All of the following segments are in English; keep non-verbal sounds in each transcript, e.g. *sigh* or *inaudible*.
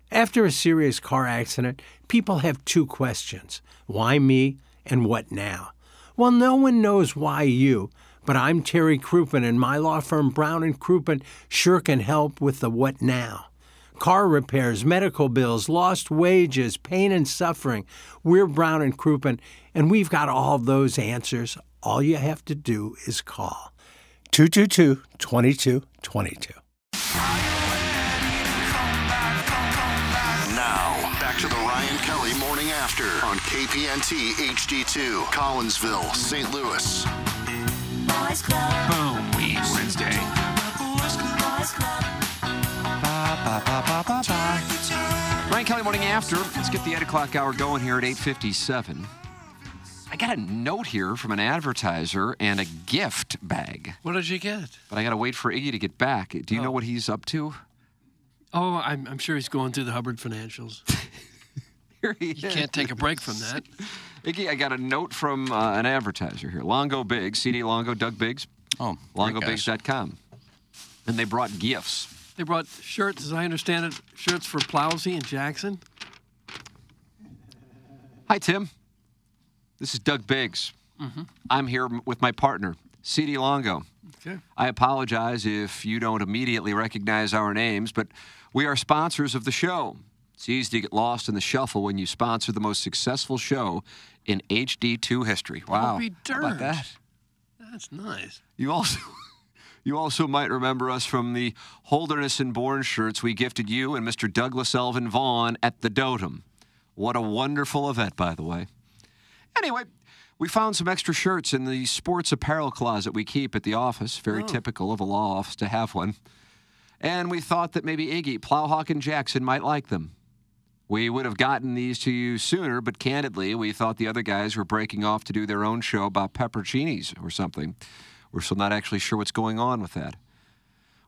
After a serious car accident, people have two questions why me and what now? Well, no one knows why you, but I'm Terry Crouppen, and my law firm Brown and Crouppen sure can help with the what now. Car repairs, medical bills, lost wages, pain and suffering. We're Brown and Crouppen, and we've got all those answers. All you have to do is call 222 2222. Now, back to the Ryan Kelly Morning After on KPNT HD2, Collinsville, St. Louis. Boys Club. Boom. We Wednesday. Boys Club. Ryan Kelly Morning After. Let's get the 8 o'clock hour going here at 8.57. I got a note here from an advertiser and a gift bag, What did you get? but I got to wait for Iggy to get back. Do you know what he's up to? *laughs* Oh, I'm, I'm sure he's going through the Hubbard *laughs* financials. Here he You can't take a break from that. Iggy, I got a note from uh, an advertiser here. Longo Biggs, CD Longo, Doug Biggs, Oh, great guys. longobiggs.com. And they brought gifts. They brought shirts, as I understand it, shirts for Plowsy and Jackson. Hi, Tim. This is Doug Biggs. Mm-hmm. I'm here m- with my partner, CD Longo. Okay. I apologize if you don't immediately recognize our names, but we are sponsors of the show. It's easy to get lost in the shuffle when you sponsor the most successful show in HD2 history. Wow. be How about darned. that? That's nice. You also *laughs* you also might remember us from the Holderness and Bourne shirts we gifted you and Mr. Douglas Elvin Vaughn at the Dotem. What a wonderful event, by the way. Anyway, we found some extra shirts in the sports apparel closet we keep at the office. Very typical of a law office to have one. And we thought that maybe Iggy, Plowhawk, and Jackson might like them. We would have gotten these to you sooner, but candidly, we thought the other guys were breaking off to do their own show about pepperoncinis or something. We're still not actually sure what's going on with that.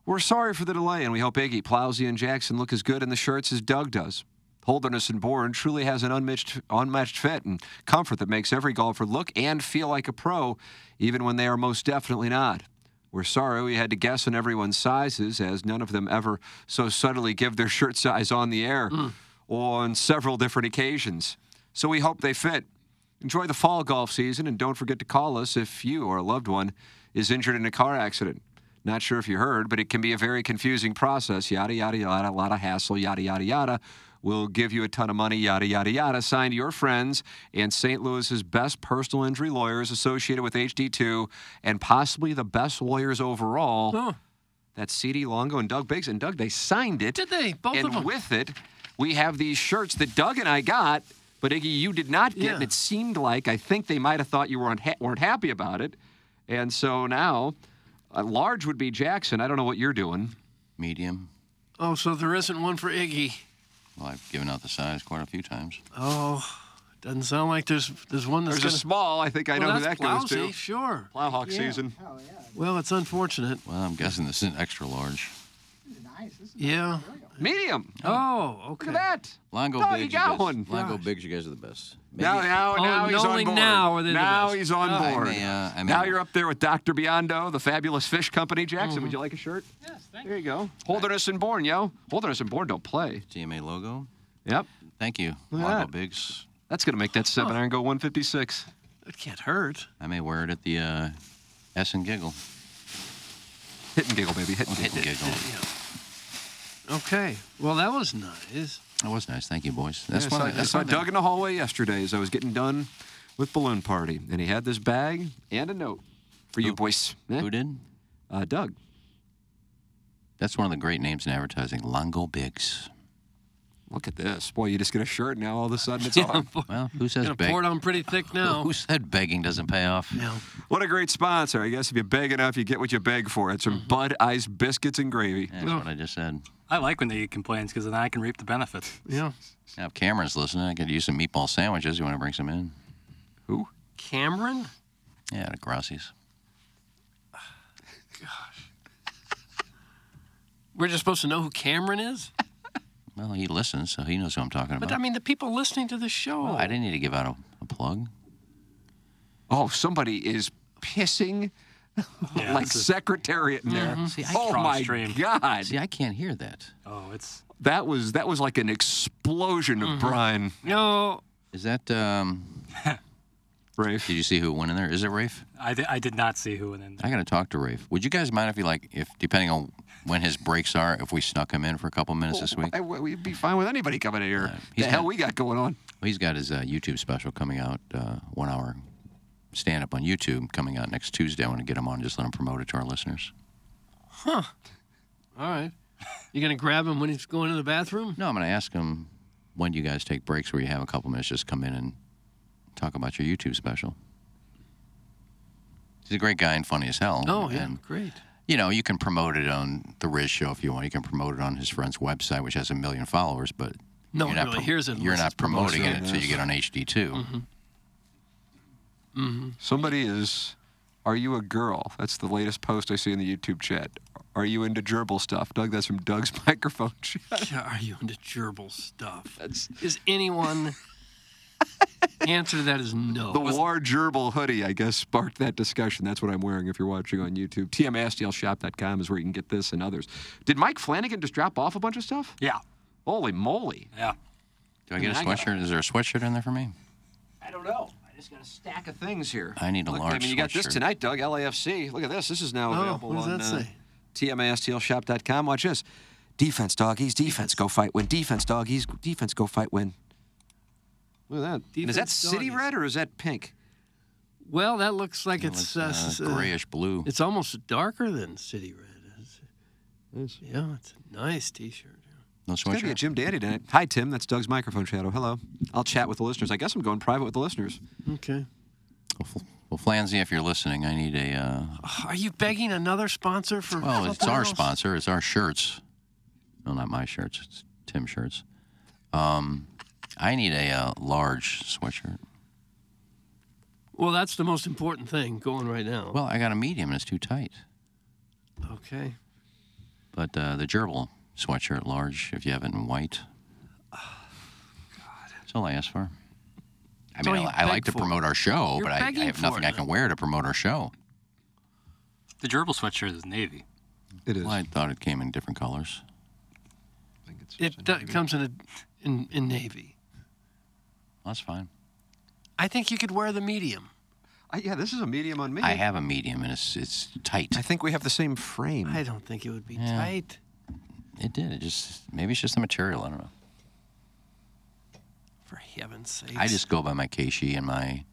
We're sorry for the delay, and we hope Iggy, Plowsy, and Jackson look as good in the shirts as Doug does. Holderness and Bourne truly has an unmatched, unmatched fit and comfort that makes every golfer look and feel like a pro, even when they are most definitely not. We're sorry we had to guess on everyone's sizes, as none of them ever so subtly give their shirt size on the air on several different occasions. So we hope they fit. Enjoy the fall golf season and don't forget to call us if you or a loved one is injured in a car accident. Not sure if you heard, but it can be a very confusing process. Yada, yada, yada, a lot of hassle, yada, yada, yada. We'll give you a ton of money, yada, yada, yada. Signed your friends and St. Louis's best personal injury lawyers associated with HD2 and possibly the best lawyers overall. Oh. That's CD Longo and Doug Biggs. And Doug, they signed it. Did they? Both and of them? with it, we have these shirts that Doug and I got, but Iggy, you did not get, Yeah. and it seemed like I think they might have thought you weren't ha- weren't happy about it, and so now, uh, large would be Jackson. I don't know what you're doing. Medium. Oh, so there isn't one for Iggy. Well, I've given out the size quite a few times. Oh, doesn't sound like there's there's one that's There's a gonna- small. I think I well, know who that's that goes Plowsy, to. Sure. Plowhawk season. Well, it's unfortunate. Well, I'm guessing this is an extra large. Yeah. Medium. Oh, Look okay. at that. Longo Doug, Biggs. you you got guys- one. Longo Biggs, you guys are the best. Now, now, Oh, now he's not on only board. now are they the Now best. he's on Oh, I board. may, uh, I may- now you're up there with Dr. Biondo, the fabulous fish company. Jackson, Mm-hmm. would you like a shirt? Yes, thank There you go. Holderness and Bourne, yo. Holderness and Bourne don't play. TMA logo. Yep. Thank you, Look at Longo that. Biggs. That's going to make that seven iron go 156. It can't hurt. I may wear it at the uh, S and Giggle. Hit and giggle, baby. Hit and Hit giggle. and *laughs* Giggle. Okay. Well, that was nice. That was nice. Thank you, boys. Yeah, That's why. I saw, I that's saw why- Doug in the hallway yesterday as I was getting done with Balloon Party, and he had this bag and a note for you, Who- boys. Eh? Who did? Uh, Doug. That's one of the great names in advertising. *laughs* Longo Biggs. Look at this. Boy, you just get a shirt, now all of a sudden *laughs* it's on. Well, who says Gonna beg? pour it on pretty thick now. Who said begging doesn't pay off? now, What a great sponsor. Mm-hmm. I guess if you beg enough, you get what you beg for. It's from Bud Ice Biscuits and Gravy. That's what I just said. I I like when they eat complaints because then I can reap the benefits. *laughs* Yeah. Now, if Cameron's listening, I could use some meatball sandwiches. You want to bring some in? Who? Cameron? Yeah, to Grassi's. We're just supposed to know who Cameron is? Well, he listens, so he knows who I'm talking about. Oh, But I mean, the people listening to the show. I didn't need to give out a, a plug. Oh, somebody is *laughs* pissing Yeah, like this is- secretariat in there. Mm-hmm. See, I oh can't- my stream. God, See, I can't hear that. oh, it's that was that was like an explosion of Mm-hmm. brine. No. Is that? Um, Rafe, did you see who went in there? Is it Rafe? I, di- I did not see who went in there. I gotta talk to Rafe. Would you guys mind if he like, if depending on when his breaks are, if we snuck him in for a couple minutes this week? I- we'd be fine with anybody coming in here. he's the hell not- we got going on? Well, he's got his uh, YouTube special coming out, uh, one hour stand up on YouTube coming out next Tuesday. I want to get him on and just let him promote it to our listeners. All right. You gonna grab him when he's going to the bathroom? No, I'm going to ask him when do you guys take breaks where you have a couple minutes, just come in and talk about your YouTube special. He's a great guy and funny as hell. Oh, yeah. And, Great. you know, you can promote it on The Riz Show if you want. You can promote it on his friend's website, which has a million followers, but No you're one not, really prom- hears it. you're unless not it's promoted. Mm-hmm. promoting it until you get on HD2. Somebody is. Are you a girl? That's the latest post I see in the YouTube chat. Are you into gerbil stuff, Doug? That's from Doug's *laughs* microphone chat. Yeah, *laughs* Are you into gerbil stuff? Is anyone? The answer to that is no. The War Gerbil hoodie, I guess, sparked that discussion. That's what I'm wearing if you're watching on YouTube. TMSDLshop.com is where you can get this and others. Did Mike Flanagan just drop off a bunch of stuff? Yeah, Holy moly. yeah. Do I get a I got it. sweatshirt? Is there a sweatshirt in there for me? I don't know. I just got a stack of things here. I need a Look, I large mean, you got this sweatshirt. tonight, Doug, LAFC. Look at this. This is now oh, available what does on that uh, say? TMSTLshop.com. Watch this. Defense doggies, defense go fight win. Defense doggies, defense go fight win. Look at that. And is that Defense city doggies. red or is that pink? Well, that looks like it's It's uh, uh, s- uh, grayish blue. It's almost darker than city red. It's- Yeah, it's a nice T-shirt. no It's gonna be a sweatshirt. Jim Dandy tonight. Hi, Tim. That's Doug's microphone shadow. Hello. I'll chat with the listeners. I guess I'm going private with the listeners. Okay. Well, Fl- well, Flanzy, if you're listening, I need a. Uh, Are you begging another sponsor for? Well, it's something our else? sponsor. It's our shirts. Well, not my shirts. It's Tim shirts. Um, I need a uh, large sweatshirt. Well, that's the most important thing going right now. Well, I got a medium and it's too tight. okay. But uh, the gerbil sweatshirt, large, if you have it in white. That's all I ask for. I all mean, you I, I like beg to for. promote our show, You're but I, I begging have for nothing it, I can wear to promote our show. The gerbil sweatshirt is navy. It is. Well, I thought it came in different colors. It do- comes in a in, in navy. That's fine. I think you could wear the medium. I, yeah, this is a medium on me. I have a medium and it's it's tight. I think we have the same frame. I don't think it would be tight. It did. It just maybe it's just the material. I don't know. For heaven's sake. I just go by my Keishi and my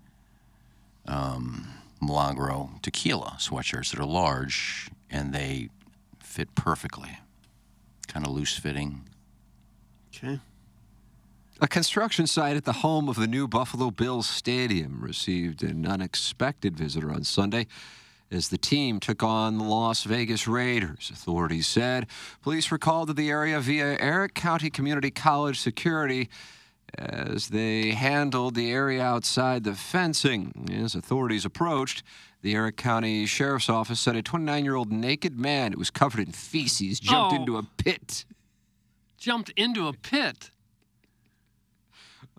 um, Milagro tequila sweatshirts that are large and they fit perfectly. Kind of loose fitting. okay. A construction site at the home of the new Buffalo Bills Stadium received an unexpected visitor on Sunday as the team took on the Las Vegas Raiders. Authorities said police were called to the area via Eric County Community College security as they handled the area outside the fencing. As authorities approached, the Eric County Sheriff's Office said a 29 year old naked man who was covered in feces jumped Oh. into a pit. Jumped into a pit.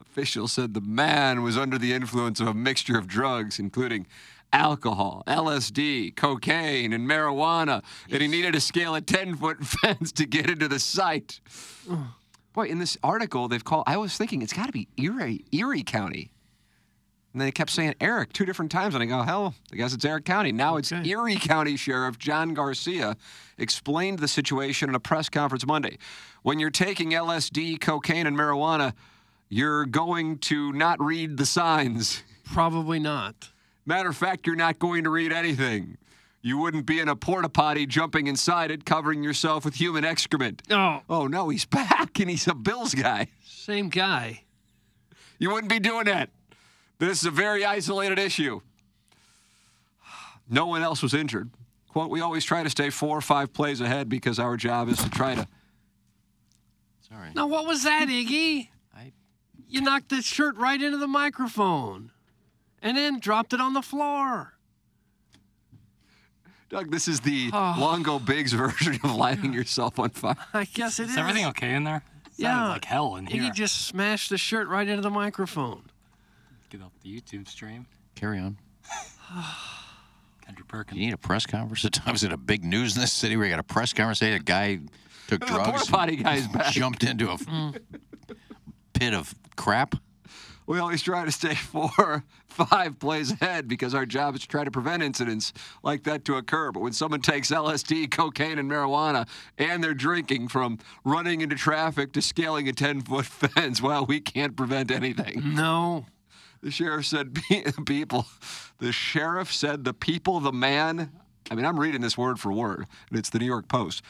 Officials said the man was under the influence of a mixture of drugs, including alcohol, LSD, cocaine, and marijuana, and he needed to scale a 10 foot *laughs* fence to get into the site. Boy, in this article, they've called, I was thinking it's got to be Erie, Erie County. And they kept saying Eric two different times, and I go, hell, I guess it's Eric County. Now it's Okay. Erie County Sheriff John Garcia explained the situation in a press conference Monday. When you're taking LSD, cocaine, and marijuana, you're going to not read the signs. *laughs* Probably not. Matter of fact, you're not going to read anything. You wouldn't be in a porta potty jumping inside it, covering yourself with human excrement. Oh, Oh no, he's *laughs* back and he's a Bills guy. same guy. You wouldn't be doing that. This is a very isolated issue. *sighs* No one else was injured. Quote, we always try to *sighs* stay four or five plays ahead because our job is to try to Sorry. Now, what was that, *laughs* Iggy? I- You knocked the shirt right into the microphone and then dropped it on the floor. Doug, this is the Longo Biggs *laughs* version of lighting yourself on fire. *laughs* I guess it is. Is everything okay in there? It sounded Yeah. like hell in here. Iggy just smashed the shirt right into the microphone. Get off the YouTube stream. Carry on. Kendra You Perkins. need a press conference. *laughs* Sometimes in a big news in this city where you got a press conference, hey, a guy *laughs* took The porta drugs, and potty Mm. guy's back. *laughs* jumped into a f- pit of crap. We always try to stay *laughs* four, five plays ahead because our job is to try to prevent incidents like that to occur. But when someone takes LSD, cocaine, and marijuana, and they're drinking from running into traffic to scaling a 10 foot *laughs* fence, well, we can't prevent anything. No. The sheriff said *laughs* pe- people. The sheriff said the people, the man. I mean, I'm reading this word for word, and it's the New York Post.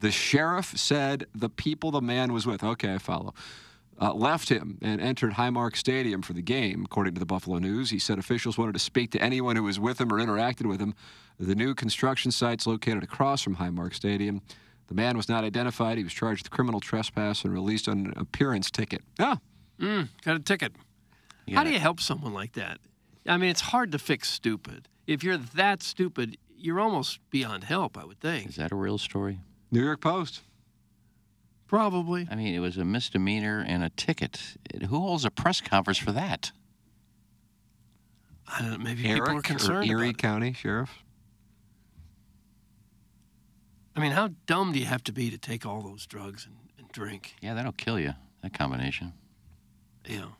The sheriff said the people the man was with. Okay, I follow. Uh, left him and entered Highmark Stadium for the game, according to the Buffalo News. He said officials wanted to speak to anyone who was with him or interacted with him. The new construction site's located across from Highmark Stadium. The man was not identified. He was charged with criminal trespass and released on an appearance ticket. Ah, Got a ticket. How do you help someone like that? I mean, it's hard to fix stupid. If you're that stupid, you're almost beyond help, I would think. Is that a real story? New York Post. Probably. I mean, it was a misdemeanor and a ticket. It- who holds a press conference for that? I don't know. Maybe people Eric are or concerned. Erie about it. County Sheriff. I mean, how dumb do you have to be to take all those drugs and, and drink? Yeah, that'll kill you. That combination. You know.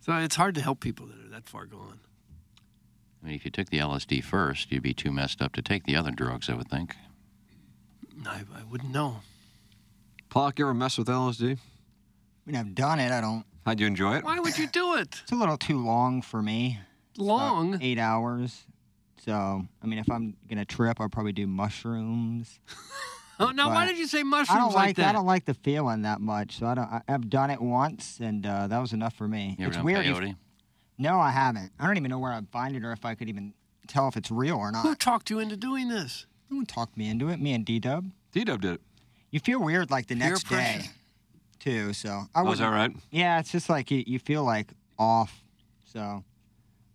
So it's hard to help people that are that far gone. I mean, if you took the LSD first, you'd be too messed up to take the other drugs, I would think. I, I wouldn't know. Pollock, you ever mess with LSD? I mean, I've done it. I don't. How'd you enjoy it? Why would *laughs* you do it? It's a little too long for me. Long. Eight hours. So, I mean, if I'm gonna trip, I'll probably do mushrooms. Oh, now, why but- did you say I mushrooms don't like, that? I don't like the feeling that much. So I don't. I, I've done it once, and uh, that was enough for me. You ever it's done weird. if- peyote? no, I haven't. I don't even know where I'd find it or if I could even tell if it's real or Who not. talked you into doing this? No one talked me into it. Me and D Dub. D Dub did it. You feel weird like the Peer next pressure. day, too. So I Was was that right? Yeah, it's just like you, you feel like off. So,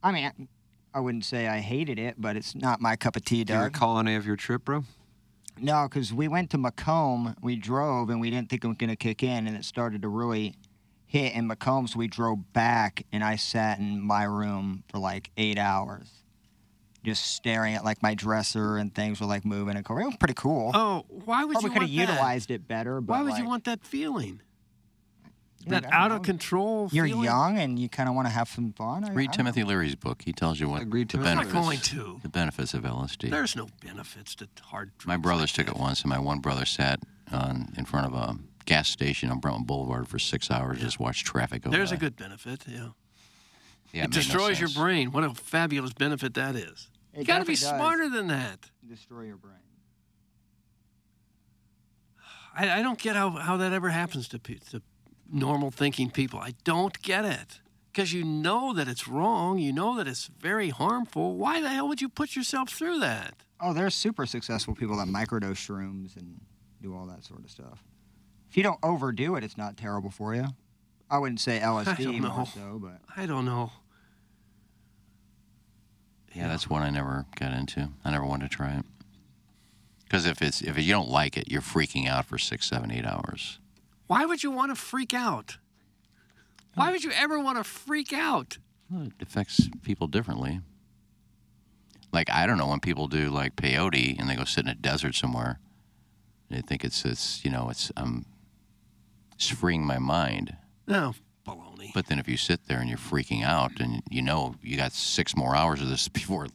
I mean, I wouldn't say I hated it, but it's not my cup of tea, Do you Doug. recall any of your trip, bro? No, because we went to Macomb, um, we drove, and we didn't think it was going to kick in, and it started to really hit in Macomb, so we drove back, and I sat in my room for like eight hours, just staring at like my dresser and things were like moving and going. It was pretty cool. Oh, why would Probably you could want have that? utilized it better, but Why would you like, want that feeling? dude, I That don't out know. of control You're feeling? young and you kind of want to have some fun. I- I Read don't Timothy Leary's book. He tells you what Agreed the to it. I'm I'm not benefits, going to. the benefits of LSD. There's no benefits to hard drugs. my brothers took it once, and my one brother sat on, in front of a gas station on Brentwood Boulevard for six hours, just watched traffic go There's a by. good benefit, yeah. Yeah, it made no destroys your sense. brain. What a fabulous benefit that is. It you got to definitely be does. smarter than that. destroy your brain. I, I don't get how, how that ever happens to, pe- to normal thinking people. I don't get it. Because you know that it's wrong. You know that it's very harmful. Why the hell would you put yourself through that? Oh, there's super successful people that microdose shrooms and do all that sort of stuff. If you don't overdo it, it's not terrible for you. I wouldn't *laughs* say LSD don't know. more so, but I don't know. Yeah, that's one I never got into. I never wanted to try it. Because if it's if you don't like it, you're freaking out for six, seven, eight hours. Why would you want to freak out? Why would you ever want to freak out? Well, it affects people differently. Like I don't know when people do like peyote and they go sit in a desert somewhere, and they think it's it's you know it's I'm it's freeing my mind. No, Oh, baloney. But then if you sit there and you're freaking out and you know you got six more hours of this *laughs* before it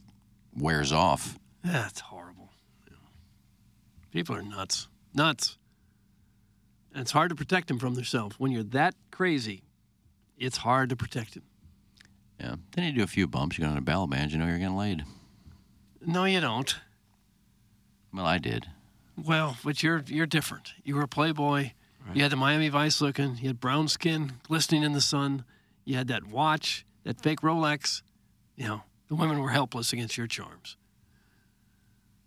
wears off, That's horrible. Yeah. People are nuts. Nuts. And it's hard to protect them from themselves. When you're that crazy, it's hard to protect them. yeah. Then you do a few bumps, you go on a battle band, you know you're getting laid. No, you don't. Well, I did. Well, but you're you're different. You were a playboy. You had the Miami Vice looking. You had brown skin, glistening in the sun. You had that watch, that fake Rolex. You know, the women were helpless against your charms.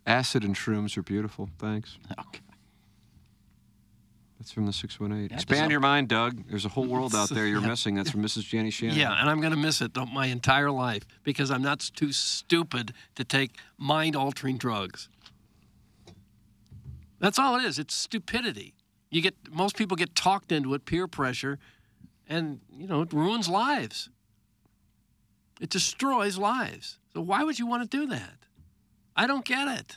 Oh, Acid and shrooms are beautiful. Thanks. Okay. That's from the 618. Yeah, Expand doesn't- your mind, Doug. There's a whole *laughs* world out there you're missing. That's from Mrs. Jenny Shannon. Yeah, and I'm going to miss it the- my entire life because I'm not s- too stupid to take mind altering drugs. That's all it is. It's stupidity. You get most people get talked into it, peer pressure, and you know, it ruins lives. It destroys lives. So why would you want to do that? I don't get it.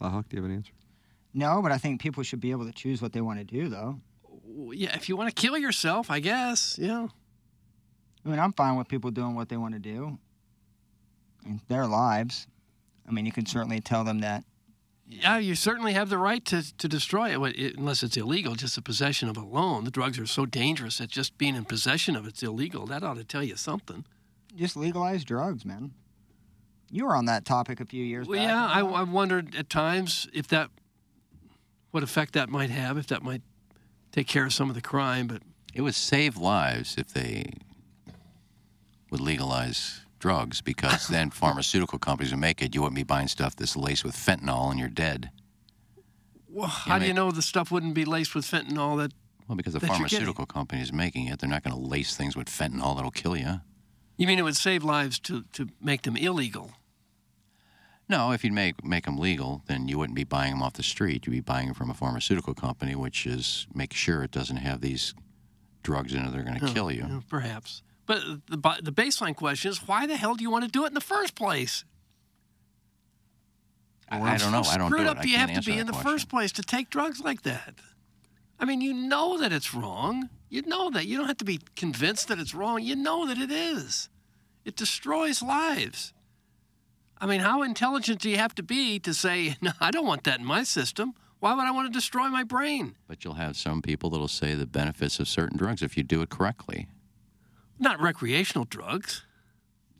Plowhawk, do you have an answer? No, but I think people should be able to choose what they want to do, though. Well, Yeah, if you want to kill yourself, I guess, yeah. I mean, I'm fine with people doing what they want to do. It's their lives. I mean, you can certainly tell them that. Yeah, you certainly have the right to, to destroy it, what- it- unless it's illegal, just the possession of it alone. The drugs are so dangerous that just being in possession of it's illegal. That ought to tell you something. Just legalize drugs, man. You were on that topic a few years Well, back. yeah, I, I wondered at times if that, what effect that might have, if that might take care of some of the crime, but It would save lives if they would legalize drugs because *laughs* then pharmaceutical companies would make it. You wouldn't be buying stuff that's laced with fentanyl and you're dead. well, how do you mean- know the stuff wouldn't be laced with fentanyl that, Well, because the That you're getting- pharmaceutical company is making it, they're not going to lace things with fentanyl that'll kill you. you mean it would save lives to, to make them illegal? No, if you'd make make them legal, then you wouldn't be buying them off the street. You'd be buying them from a pharmaceutical company, which is make sure it doesn't have these drugs in it that are going to Oh, kill you. yeah, perhaps. But the, bu- the baseline question is why the hell do you want to do it in the first place? I, I don't know. I don't screwed do it. up I do you can't have to answer be that in the question. first place to take drugs like that? I mean, you know that it's wrong. You know that. You don't have to be convinced that it's wrong. You know that it is. It destroys lives. I mean, how intelligent do you have to be to say, *laughs* no, I don't want that in my system? Why would I want to destroy my brain? But you'll have some people that'll say the benefits of certain drugs if you do it correctly. Not recreational drugs.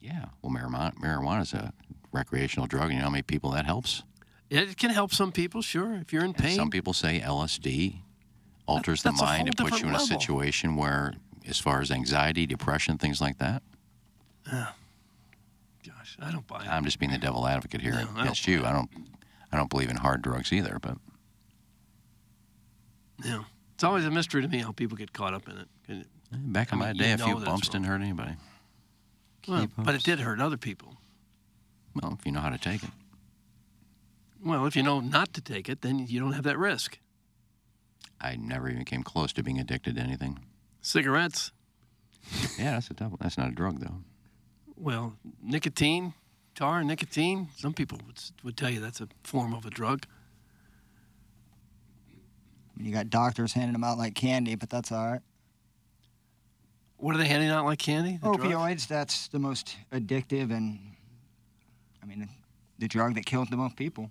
Yeah. Well, marijuana marijuana is a recreational drug, and you know how many people that helps. It can help some people, sure, if you're in And pain. some people say LSD alters that's the a whole mind and puts different you in a level. situation where, as far as anxiety, depression, things like that. Gosh, I don't buy it. I'm just being the devil advocate here No, I don't against you. I don't, I don't believe in hard drugs either. But Yeah. It's always a mystery to me how people get caught up in it. And it- eh, back in I mean, my you day, a know few that's bumps wrong. didn't hurt anybody. well, but it did hurt other people. Well, if you know how to take it. Well, if you know not to take it, then you don't have that risk. I never even came close to being addicted to anything. Cigarettes, Yeah, that's a devil. That's not a drug though. well, nicotine, tar, nicotine. Some people would, s- would tell you that's a form of a drug. You got doctors handing them out like candy, but that's all right. What are they handing out like candy? The drug? Opioids, that's the most addictive and, I mean, the drug that kills the most people.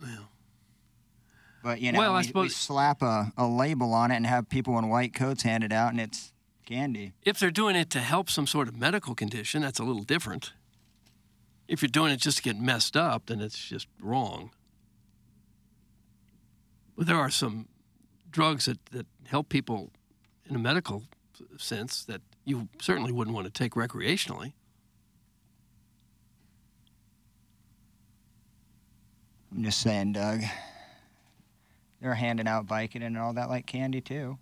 Yeah. But, you know, Well, I we, we suppose- slap a, a label on it and have people in white coats hand it out, and it's candy. If they're doing it to help some sort of medical condition, that's a little different. If you're doing it just to get messed up, then it's just wrong. But there are some drugs that, that help people in a medical sense that you certainly wouldn't want to take recreationally. I'm just saying, Doug. They're handing out Vicodin and all that like candy, too.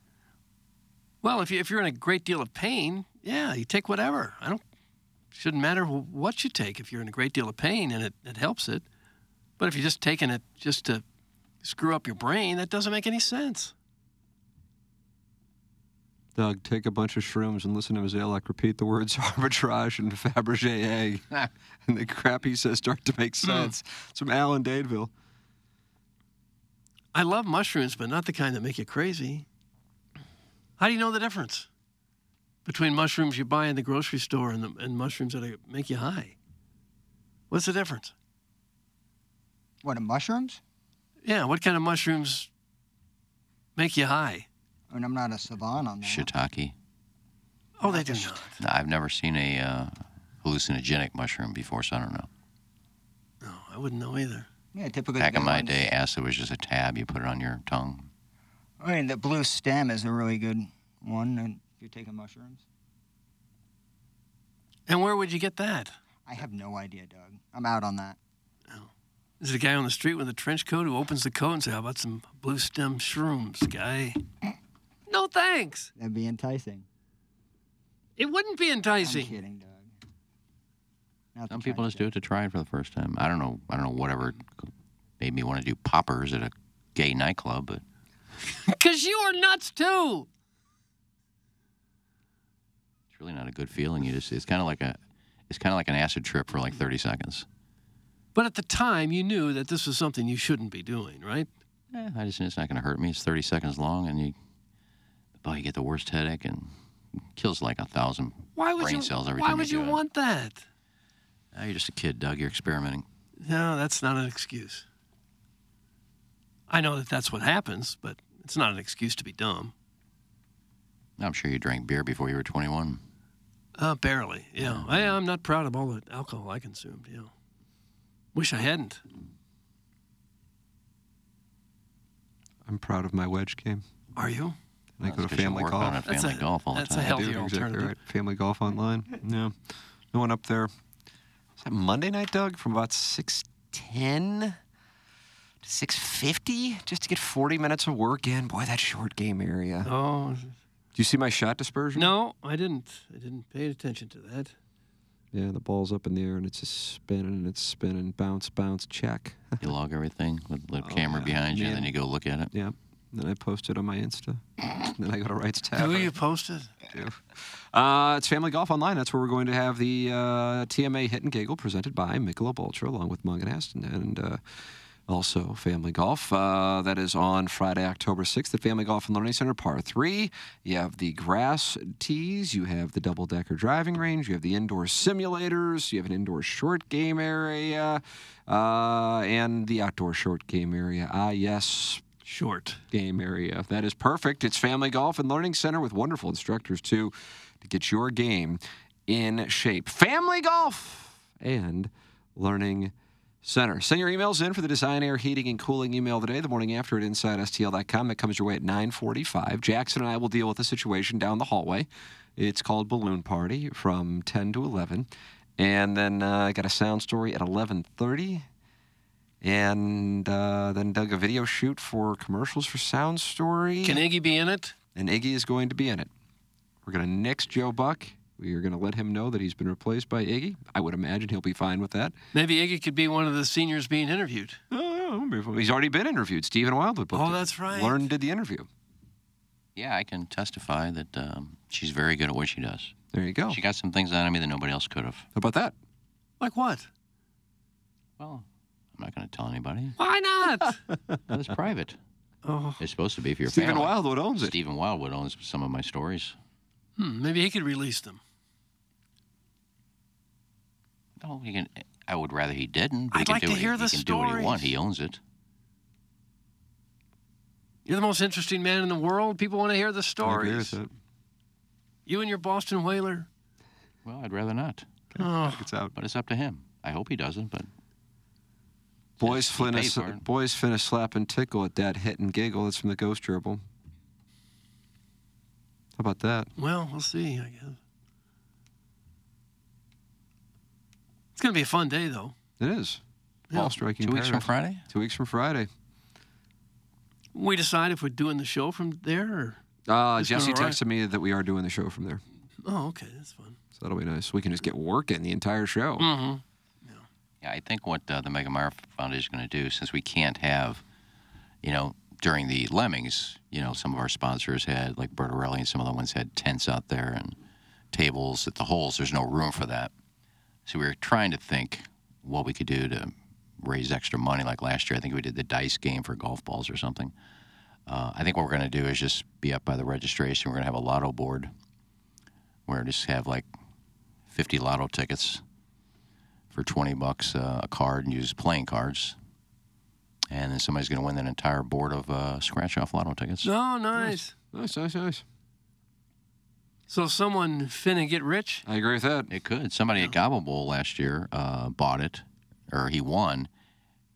Well, if, you, if you're in a great deal of pain, yeah, you take whatever. I don't. Shouldn't matter wh- what you take if you're in a great deal of pain and it, it helps it. But if you're just taking it just to screw up your brain, that doesn't make any sense. Doug, take a bunch of shrooms and listen to Mazalek repeat the words *laughs* arbitrage and Fabergé *laughs* egg. and the crap he says start to make Hmm. sense. It's from Alan Dadeville. I love mushrooms, but not the kind that make you crazy. How do you know the difference between mushrooms you buy in the grocery store and, the, and mushrooms that are- make you high? What's the difference? What, the mushrooms? Yeah, what kind of mushrooms make you high? I mean, I'm not a savant on that. Shiitake. Oh, they do not. No, I've never seen a uh, hallucinogenic mushroom before, so I don't know. No, I wouldn't know either. Yeah, typically. Back the in my ones- day, acid was just a tab you put it on your tongue. I mean, the blue stem is a really good one and if you're taking mushrooms. And where would you get that? I have no idea, Doug. I'm out on that. There's a guy on the street with a trench coat who opens the coat and says, How about some blue stem shrooms, guy? No thanks. That'd be enticing. It wouldn't be enticing. I'm kidding, Doug. Not Some the people trench just do it to try it for the first time. I don't know. I don't know whatever made me want to do poppers at a gay nightclub, but Because you are nuts too. it's really not a good feeling. You just it's kind of like a it's kind of like an acid trip for like 30 seconds. But at the time, you knew that this was something you shouldn't be doing, right? Eh, I just it's not going to hurt me. It's 30 seconds long, and you oh you get the worst headache and kills like a thousand Why would brain you? cells every why time would you, you, do it. want that? Oh, you're just a kid, Doug. You're experimenting. No, that's not an excuse. I know that that's what happens, but it's not an excuse to be dumb. I'm sure you drank beer before you were 21. Uh, barely. Yeah, I, I'm not proud of all the alcohol I consumed. Yeah, wish I hadn't. I'm proud of my wedge game. Are you? And I go to That's 'cause you family work golf. on a That's family a- golf all the that's a time. hell- Healthy do, exactly alternative. right. uh, Family golf *laughs* online. Yeah. No one up there. Is that Monday night, Doug? From about 6.10 to 6.50? Just to get 40 minutes of work in? Boy, that short game area. Do Oh you see my shot dispersion? no, I didn't. I didn't pay attention to that. Yeah, the ball's up in the air and it's just spinning and it's spinning. Bounce, bounce, check. You log everything with the camera yeah. behind you, Me and then you go look at it. yeah. Then I post it on my Insta. then I go to Wright's Tavern. Who you posted? Uh, it's Family Golf Online. That's where we're going to have the uh, TMA Hit and Giggle presented by Michelob Ultra along with Munganast and, and uh, also Family Golf. Uh, that is on Friday, October 6th at Family Golf and Learning Center, par 3. You have the grass tees. You have the double-decker driving range. You have the indoor simulators. You have an indoor short game area uh, and the outdoor short game area. Ah, yes, Short. game area. That is perfect. It's Family Golf and Learning Center with wonderful instructors too to get your game in shape. Family Golf and Learning Center. Send your emails in for the Design Air Heating and Cooling email today, the morning after at InsideSTL.com. That comes your way at 945. Jackson and I will deal with the situation down the hallway. It's called Balloon Party from 10 to 11. And then uh, I got a sound story at 1130 and uh, then dug a video shoot for commercials for Sound Story. Can Iggy be in it? and Iggy is going to be in it. We're going to nix Joe Buck. We are going to let him know that he's been replaced by Iggy. I would imagine he'll be fine with that. Maybe Iggy could be one of the seniors being interviewed. Oh, He's already been interviewed. Stephen Wildwood. booked Oh, it. that's right. Learn did the interview. Yeah, I can testify that um, she's very good at what she does. There you go. She got some things out of me that nobody else could have. How about that? Like what? Well, I'm not going to tell anybody. Why *laughs* not? It was *laughs* private. oh, It's supposed to be for your Stephen family. Wildwood owns it. Stephen Wildwood owns some of my stories. hmm, maybe he could release them. No, he can. I would rather he didn't. but I'd he can like do to what hear he, the he can do what he stories. wants. He owns it. You're the most interesting man in the world. People want to hear the I agree with stories. that. You and your Boston Whaler. Well, I'd rather not. Oh, It's out. But it's up to him. I hope he doesn't. But Boys He finna, paid s- for it. boys finna slap and tickle at that hit and giggle. That's from the Ghost Dribble. How about that? well, we'll see, I guess. It's going to be a fun day, though. It is. Yeah. Ball striking. two weeks from paradise. Friday. Two weeks from Friday. We decide if we're doing the show from there or. Uh, Just gonna Jesse arrive. texted me that we are doing the show from there, Oh, okay. That's fun. so that'll be nice. We can just get work in the entire show. Mm-hmm. Yeah, I think what uh, the Mega Meyer Foundation is going to do, since we can't have, you know, during the Lemmings, you know, some of our sponsors had, like Bertarelli and some other ones had tents out there and tables at the holes. There's no room for that. So we were trying to think what we could do to raise extra money. Like last year, I think we did the dice game for golf balls or something. Uh, I think what we're going to do is just be up by the registration. We're going to have a lotto board where just have like 50 lotto tickets for 20 bucks uh, a card and use playing cards. And then somebody's going to win that entire board of uh, scratch off lotto tickets. Oh, nice. Nice, nice, nice. So someone finna get rich? I agree with that. It could. Somebody at Gobble Bowl last year uh, bought it, or he won,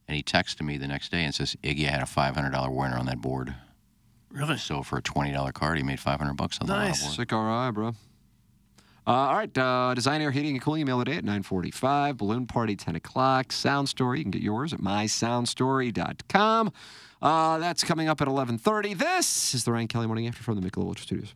and he texted me the next day and says, Iggy, I had a $500 winner on that board. Really? So for a $20 card, he made 500 bucks on the lotto Nice. board. Sick RI, bro. Uh, all right, uh, Design Air Heating and Cooling, email today at 945. Balloon Party, 10 o'clock. Sound Story, you can get yours at mysoundstory.com. Uh, that's coming up at 1130. This is the Ryan Kelly Morning After from the Michelob Ultra Studios.